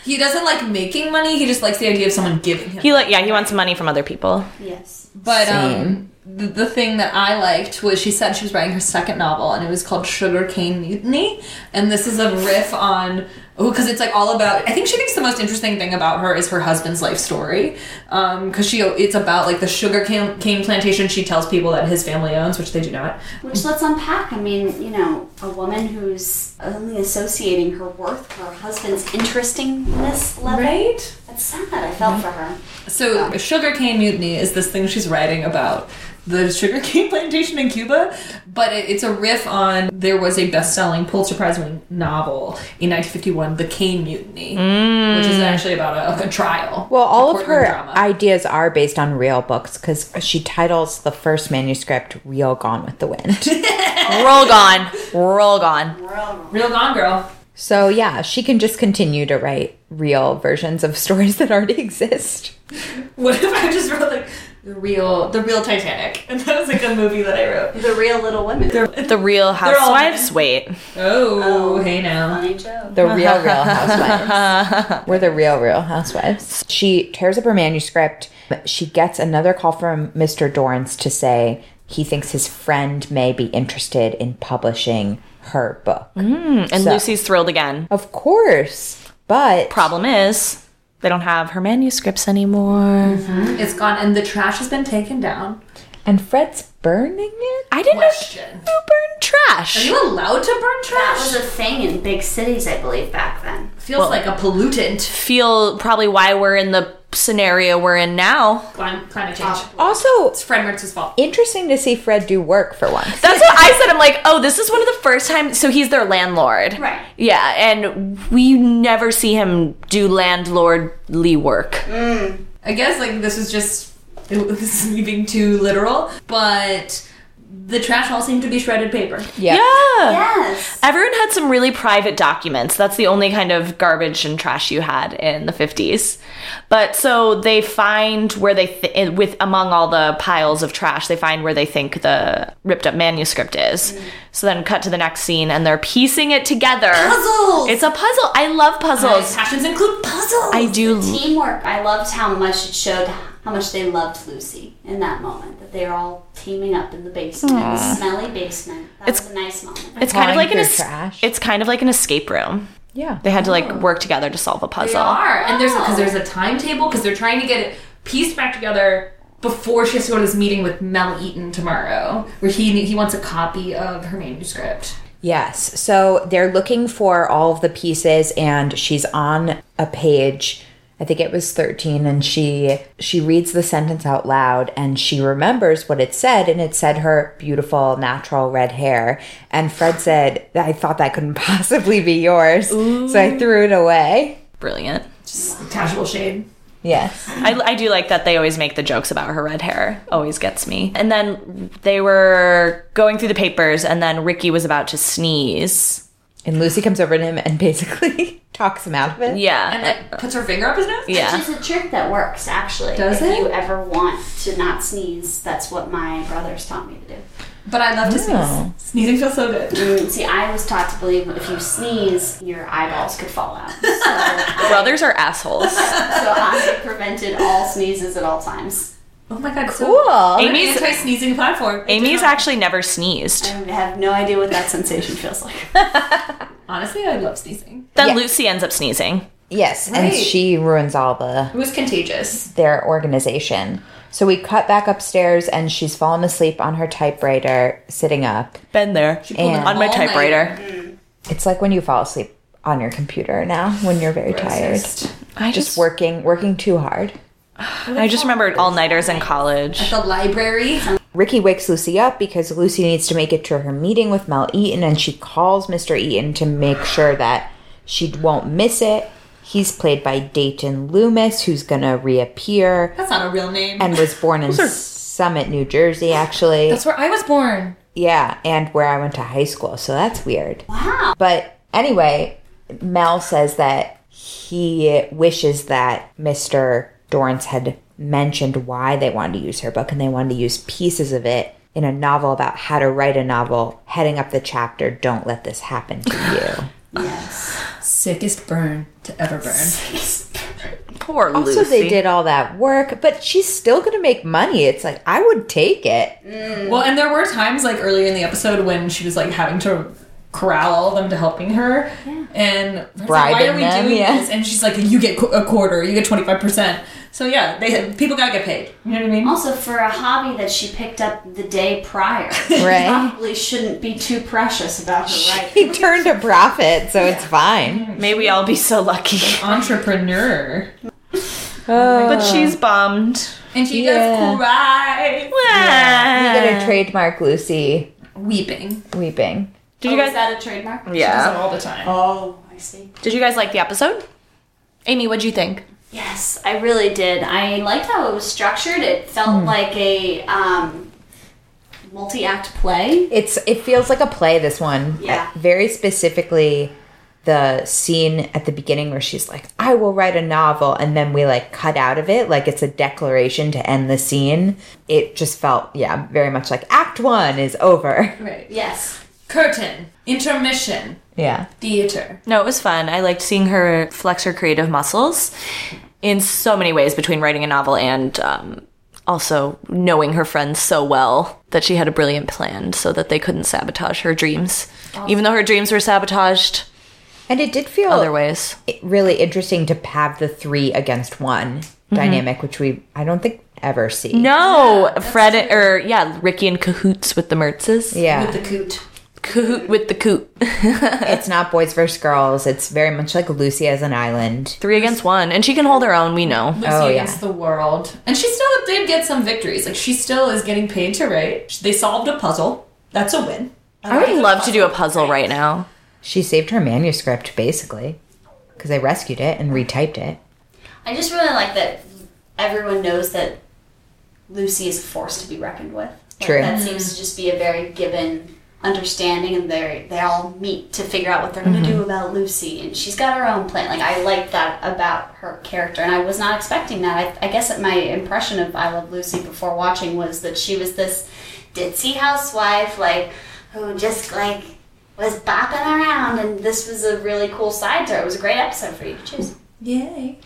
Speaker 3: He doesn't like making money. He just likes the idea of someone giving him.
Speaker 1: He like yeah he wants money from other people.
Speaker 4: yes.
Speaker 3: But um, the, the thing that I liked was she said she was writing her second novel, and it was called Sugar Cane Mutiny. And this is a riff on because it's like all about. I think she thinks the most interesting thing about her is her husband's life story, because she it's about like the sugar cane, cane plantation she tells people that his family owns, which they do not.
Speaker 4: Which let's unpack. I mean, you know, a woman who's only associating her worth with her husband's interestingness level.
Speaker 3: Right.
Speaker 4: That's sad. I felt for her.
Speaker 3: So, sugarcane mutiny is this thing she's writing about the sugarcane plantation in Cuba, but it, it's a riff on there was a best-selling Pulitzer Prize-winning novel in 1951, The Cane Mutiny, which is actually about a, like a trial.
Speaker 2: Mm. Well, all
Speaker 3: a
Speaker 2: of her
Speaker 3: courtroom drama.
Speaker 2: ideas are based on real books because she titles the first manuscript "Real Gone with the Wind."
Speaker 1: Roll gone, roll gone.
Speaker 4: We're all wrong.
Speaker 3: Real Gone Girl.
Speaker 2: so yeah, she can just continue to write real versions of stories that already exist.
Speaker 3: What if I just wrote like the real, the real Titanic, and that was like a movie that I wrote.
Speaker 4: The real Little Women.
Speaker 1: The Real
Speaker 3: all
Speaker 1: Housewives. Wait,
Speaker 3: Oh, hey now.
Speaker 4: Funny joke.
Speaker 2: The real Real Housewives. We're the real Real Housewives. She tears up her manuscript. but She gets another call from Mr. Dorrance to say he thinks his friend may be interested in publishing her book.
Speaker 1: and Lucy's thrilled again.
Speaker 2: Of course, but
Speaker 1: Problem is they don't have her manuscripts anymore.
Speaker 3: It's gone, and the trash has been taken down.
Speaker 2: and Fred's burning it.
Speaker 1: I didn't know
Speaker 3: Question:
Speaker 1: you burned
Speaker 3: Are
Speaker 1: trash.
Speaker 3: you allowed to burn
Speaker 4: That
Speaker 3: trash?
Speaker 4: was a thing in big cities, I believe, back then.
Speaker 3: Feels like a pollutant.
Speaker 1: Feel probably why we're in the scenario we're in now.
Speaker 3: Climate, climate change.
Speaker 2: Also,
Speaker 3: It's Fred Mertz's fault.
Speaker 2: interesting to see Fred do work for once.
Speaker 1: That's what I said. I'm like, oh, this is one of the first times. So he's their landlord.
Speaker 4: Right.
Speaker 1: Yeah, and we never see him do landlordly work.
Speaker 3: I guess like this was just it was me being too literal, but the trash all seemed to be shredded paper.
Speaker 2: Yeah.
Speaker 4: Yes.
Speaker 1: Everyone had some really private documents. That's the only kind of garbage and trash you had in the 50s. But so they find where they th- in- with among all the piles of trash, they find where they think the ripped up manuscript is. So then cut to the next scene and they're piecing it together.
Speaker 4: Puzzles.
Speaker 1: It's a puzzle. I love puzzles.
Speaker 3: Passions include puzzles.
Speaker 1: I do
Speaker 4: Teamwork. I loved how much it showed how much they loved Lucy in that moment. That they were all teaming up in the basement, smelly basement. That was a nice moment.
Speaker 1: It's kind of
Speaker 2: Flying
Speaker 1: like an
Speaker 2: through
Speaker 1: es-
Speaker 2: trash.
Speaker 1: it's kind of like an escape room.
Speaker 2: Yeah.
Speaker 1: They had to like work together to solve a
Speaker 3: They
Speaker 1: puzzle.
Speaker 3: are, and there's because there's a timetable because they're trying to get it pieced back together before she has to go to this meeting with Mel Eaton tomorrow, where he he wants a copy of her manuscript.
Speaker 2: Yes. So they're looking for all of the pieces and she's on a page. I think it was 13 and she she reads the sentence out loud and she remembers what it said and it said her beautiful natural red hair and Fred said I thought that couldn't possibly be yours. So I threw it away.
Speaker 1: Brilliant.
Speaker 3: Casual shade.
Speaker 2: Yes.
Speaker 1: I, I do like that they always make the jokes about her red hair. Always gets me. And then they were going through the papers, and then Ricky was about to sneeze.
Speaker 2: And Lucy comes over to him and basically talks him out of it.
Speaker 3: And
Speaker 1: Yeah.
Speaker 3: that puts her finger up his nose.
Speaker 1: Yeah.
Speaker 4: Which is a trick that works, actually.
Speaker 3: Does
Speaker 4: if
Speaker 3: it?
Speaker 4: you ever want to not sneeze, that's what my brothers taught me to do.
Speaker 3: But I love to
Speaker 2: Oh.
Speaker 3: sneeze. Sneezing feels so good.
Speaker 4: Mm, See, I was taught to believe if you sneeze, your eyeballs could fall out. So, I-
Speaker 1: Brothers are assholes.
Speaker 4: so I prevented all sneezes at all times.
Speaker 3: Oh my god, cool.
Speaker 2: Cool.
Speaker 3: Amy's
Speaker 1: Amy's
Speaker 3: sneezing platform.
Speaker 1: Amy's actually never sneezed.
Speaker 4: I have no idea what that sensation feels like.
Speaker 3: honestly, I love sneezing.
Speaker 1: Then
Speaker 2: Yeah.
Speaker 1: Lucy ends up sneezing.
Speaker 2: Yes, and
Speaker 3: Right.
Speaker 2: she ruins all the
Speaker 3: It was contagious.
Speaker 2: their organization. So we cut back upstairs and she's fallen asleep on her typewriter sitting up.
Speaker 1: Been there.
Speaker 3: Oh,
Speaker 2: pulled an
Speaker 1: On my
Speaker 3: all-nighter.
Speaker 1: typewriter.
Speaker 2: It's like when you fall asleep on your computer now when you're very tired.
Speaker 1: I
Speaker 2: Just
Speaker 1: just work.
Speaker 2: working working too hard.
Speaker 1: I just remembered all nighters in college.
Speaker 3: The library.
Speaker 2: Ricky wakes Lucy up because Lucy needs to make it to her meeting with Mel Eaton and she calls Mr. Eaton to make sure that she won't miss it. He's played by Dayton Loomis, who's gonna reappear
Speaker 3: That's not a real name.
Speaker 2: and was born in Summit, New Jersey, actually.
Speaker 3: That's where I was born.
Speaker 2: Yeah, and where I went to high school, so that's weird.
Speaker 4: Wow.
Speaker 2: But anyway, Mel says that he wishes that Mr. Dorrance had mentioned why they wanted to use her book and they wanted to use pieces of it in a novel about how to write a novel, heading up the chapter, Don't Let This Happen to You.
Speaker 4: Yes.
Speaker 3: Sickest burn to ever burn.
Speaker 1: Poor Lucy.
Speaker 2: also, they did all that work, but she's still going to make money. It's like, I would take it.
Speaker 3: Well, and there were times like earlier in the episode when she was like having to corral all of them to helping her, and I was like, why
Speaker 2: Bribing
Speaker 3: are we
Speaker 2: them,
Speaker 3: doing
Speaker 2: yeah.
Speaker 3: this? And she's like, you get qu- a quarter, you get twenty five percent. So yeah, they people gotta get paid. You know what I mean?
Speaker 4: Also, for a hobby that she picked up the day prior,
Speaker 2: Right.
Speaker 4: probably shouldn't be too precious about her writing.
Speaker 2: He turned a profit, so it's fine.
Speaker 1: May we all be so lucky.
Speaker 3: Entrepreneur.
Speaker 1: But she's bummed.
Speaker 3: And she
Speaker 2: Yeah.
Speaker 3: just cries,
Speaker 2: I'm going to trademark Lucy
Speaker 3: weeping.
Speaker 2: weeping.
Speaker 1: Did you
Speaker 4: Oh,
Speaker 1: guys?
Speaker 4: is that a trademark?
Speaker 3: Does
Speaker 1: yeah.
Speaker 3: it all the time.
Speaker 4: Oh, I see.
Speaker 1: Did you guys like the episode? Amy, what'd you think?
Speaker 4: Yes, I really did. I liked how it was structured. It felt
Speaker 1: Hmm.
Speaker 4: like a um, multi-act play.
Speaker 2: It's it feels like a play. This one,
Speaker 4: Yeah.
Speaker 2: Uh, Very specifically, the scene at the beginning where she's like, "I will write a novel," and then we like cut out of it, like it's a declaration to end the scene. It just felt, yeah, very much like Act One is over.
Speaker 3: Right.
Speaker 4: Yes.
Speaker 3: Curtain. Intermission.
Speaker 2: Yeah,
Speaker 3: Theater.
Speaker 1: No, it was fun. I liked seeing her flex her creative muscles in so many ways between writing a novel and um, also knowing her friends so well that she had a brilliant plan so that they couldn't sabotage her dreams. Even though her dreams were sabotaged
Speaker 2: and it did feel
Speaker 1: other ways.
Speaker 2: really interesting to have the three against one dynamic, which we I don't think ever see.
Speaker 1: No, Fred or yeah, Ricky in cahoots with the Mertzes.
Speaker 2: Yeah,
Speaker 4: The coot.
Speaker 1: Cahoot with the coot.
Speaker 2: it's not boys versus girls. It's very much like Lucy as an island.
Speaker 1: Three against one. And she can hold her own, we know.
Speaker 3: Lucy
Speaker 2: Oh, yeah.
Speaker 3: against the world. And she still did get some victories. Like, she still is getting paid to write. They solved a puzzle. That's a win.
Speaker 1: I would love to do a puzzle right now.
Speaker 2: She saved her manuscript basically because I rescued it and retyped it.
Speaker 4: I just really like that everyone knows that Lucy is a force to be reckoned with.
Speaker 2: True.
Speaker 4: That seems to just be a very given understanding, and they they all meet to figure out what they're going to do about Lucy, and she's got her own plan. Like I like that about her character, and I was not expecting that. I, I guess that my impression of I Love Lucy before watching was that she was this ditzy housewife, like who just like was bopping around, and this was a really cool side to her. It was a great episode for you to choose.
Speaker 3: Yay.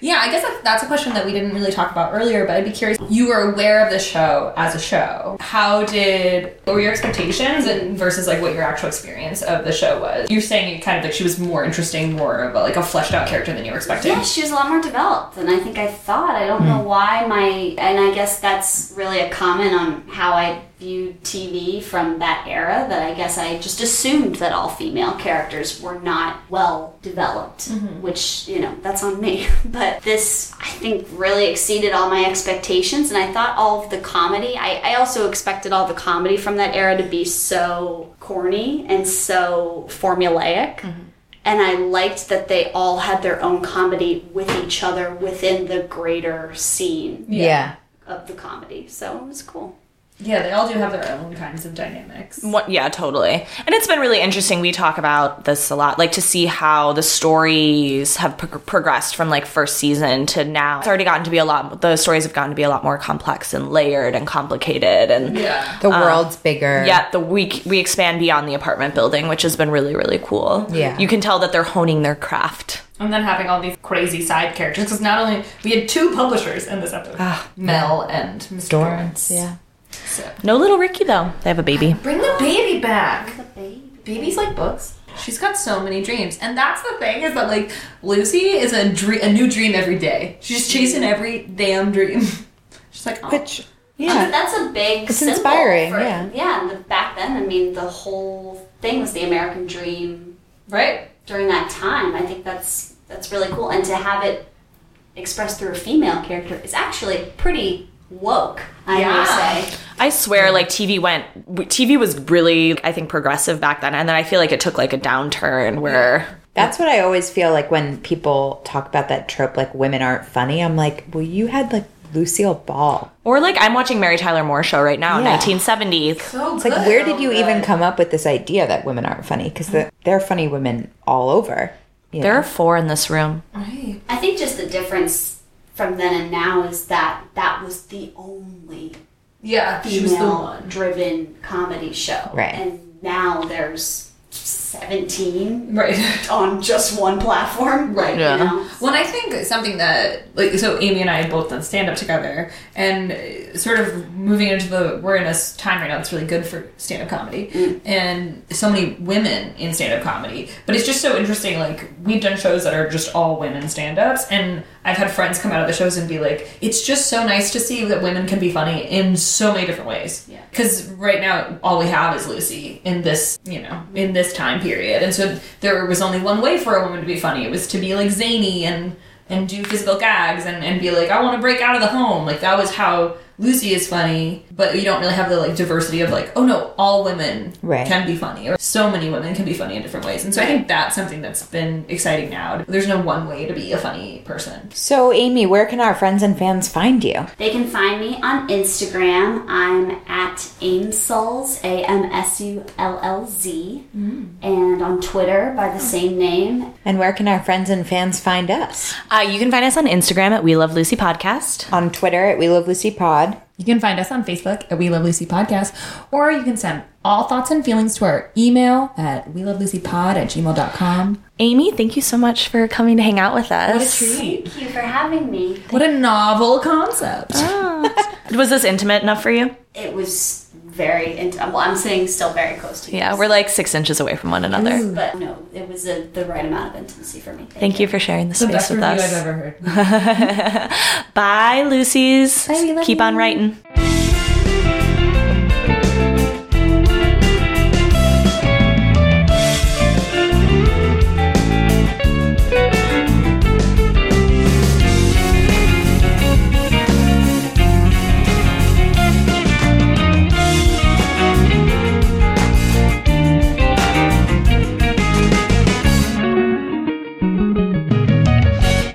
Speaker 3: Yeah, I guess that- that's a question that we didn't really talk about earlier, but I'd be curious. You were aware of the show as a show. How did what were your expectations and versus like what your actual experience of the show was? You're saying it kind of like she was more interesting, more of a, like a fleshed out character than you were expecting.
Speaker 4: Yeah, she was a lot more developed than I think I thought. I don't know why my, and I guess that's really a comment on how I viewed TV from that era. That I guess I just assumed that all female characters were not well developed, which you know that's on me. But this, I think, really exceeded all my expectations, and I thought all of the comedy. I, I also expected all the comedy from that era to be so corny and so formulaic and I liked that they all had their own comedy with each other within the greater scene
Speaker 2: Yeah.
Speaker 4: of the comedy. So it was cool.
Speaker 3: Yeah, they all do have their own kinds of dynamics.
Speaker 1: What, yeah, totally. And it's been really interesting. We talk about this a lot, like to see how the stories have pro- progressed from like first season to now. It's already gotten to be a lot. The stories have gotten to be a lot more complex and layered and complicated. And yeah,
Speaker 2: The world's bigger.
Speaker 1: the we we expand beyond the apartment building, which has been really really cool.
Speaker 2: Yeah.
Speaker 1: you can tell that they're honing their craft.
Speaker 3: And then having all these crazy side characters because not only we had two publishers in this episode, Mel and Mr. Ah, Dorrance.
Speaker 2: Yeah.
Speaker 1: No little Ricky though. They have a baby.
Speaker 3: Bring the baby back.
Speaker 4: baby.
Speaker 3: Babies like books. She's got so many dreams, and that's the thing is that like Lucy is a dream, a new dream every day. She's chasing every damn dream. She's like, oh.
Speaker 2: Which,
Speaker 4: But
Speaker 2: yeah.
Speaker 4: that's a big.
Speaker 2: It's
Speaker 4: symbol
Speaker 2: inspiring,
Speaker 4: for-
Speaker 2: yeah.
Speaker 4: Yeah. And the, back then, I mean, the whole thing was the American dream
Speaker 3: "Oh, right?
Speaker 4: during that time. I think that's that's really cool, and to have it expressed through a female character is actually pretty woke. I
Speaker 3: Yeah.
Speaker 4: would say.
Speaker 1: I swear, like TV went, TV was really, I think, progressive back then, and then I feel like it took like a downturn where
Speaker 2: That's what I always feel like when people talk about that trope, like women aren't funny. I'm like, well, you had like Lucille Ball.
Speaker 1: Or like I'm watching Mary Tyler Moore show right now,
Speaker 2: Yeah.
Speaker 1: 1970s.
Speaker 3: So
Speaker 2: It's like, where did you even come up with this idea that women aren't funny? Because the, there are funny women all over. you
Speaker 1: There
Speaker 2: know?
Speaker 1: are four in this room.
Speaker 3: Right.
Speaker 4: I think just the difference from then and now is that that was the only
Speaker 3: Yeah, she was the
Speaker 4: female
Speaker 3: one.
Speaker 4: driven comedy show.
Speaker 2: Right.
Speaker 4: And now there's 17
Speaker 3: Right.
Speaker 4: on just one platform. Right.
Speaker 1: Yeah.
Speaker 4: You know?
Speaker 3: Well, and I think something that like so Amy and I had both done stand up together, and uh, sort of moving into the we're in a s- time right now that's really good for stand up comedy,
Speaker 2: Mm.
Speaker 3: and so many women in stand up comedy. But it's just so interesting. Like we've done shows that are just all women stand ups, and I've had friends come out of the shows and be like, "It's just so nice to see that women can be funny in so many different ways."
Speaker 4: Yeah.
Speaker 3: Because right now all we have is Lucy in this, you know, in this time period, and so there was only one way for a woman to be funny. It was to be like zany and and do physical gags and and be like, I want to break out of the home. Like that was how Lucy is funny, but you don't really have the like diversity of like, oh no, all women
Speaker 2: Right.
Speaker 3: can be funny, or so many women can be funny in different ways. And so I think that's something that's been exciting now. There's no one way to be a funny person.
Speaker 2: So, Amy, where can our friends and fans find you?
Speaker 4: They can find me on Instagram. I'm at Amsuls, A M S U L L Z,
Speaker 3: Mm.
Speaker 4: and on Twitter by
Speaker 3: Oh.
Speaker 4: the same name.
Speaker 2: And where can our friends and fans find us?
Speaker 1: Uh, you can find us on Instagram at We Love Lucy Podcast.
Speaker 2: On Twitter at We Love Lucy Pod.
Speaker 3: You can find us on Facebook at We Love Lucy Podcast, or you can send all thoughts and feelings to our email at we love lucy pod at gmail.com.
Speaker 1: Amy, thank you so much for coming to hang out with us.
Speaker 3: treat.
Speaker 4: Thank you for having me.
Speaker 3: What a novel concept.
Speaker 1: Was this intimate enough for you?
Speaker 4: It was very, int- well, I'm sitting still very close to you.
Speaker 1: Yeah, we're like six inches away from one another.
Speaker 4: But no, it was a, the right amount of intimacy for me.
Speaker 1: Thank you for sharing the
Speaker 3: the
Speaker 1: space
Speaker 3: best
Speaker 1: with
Speaker 3: review I've
Speaker 1: us.
Speaker 3: ever heard.
Speaker 1: Bye, Lucy's.
Speaker 3: we love
Speaker 1: Keep on writing.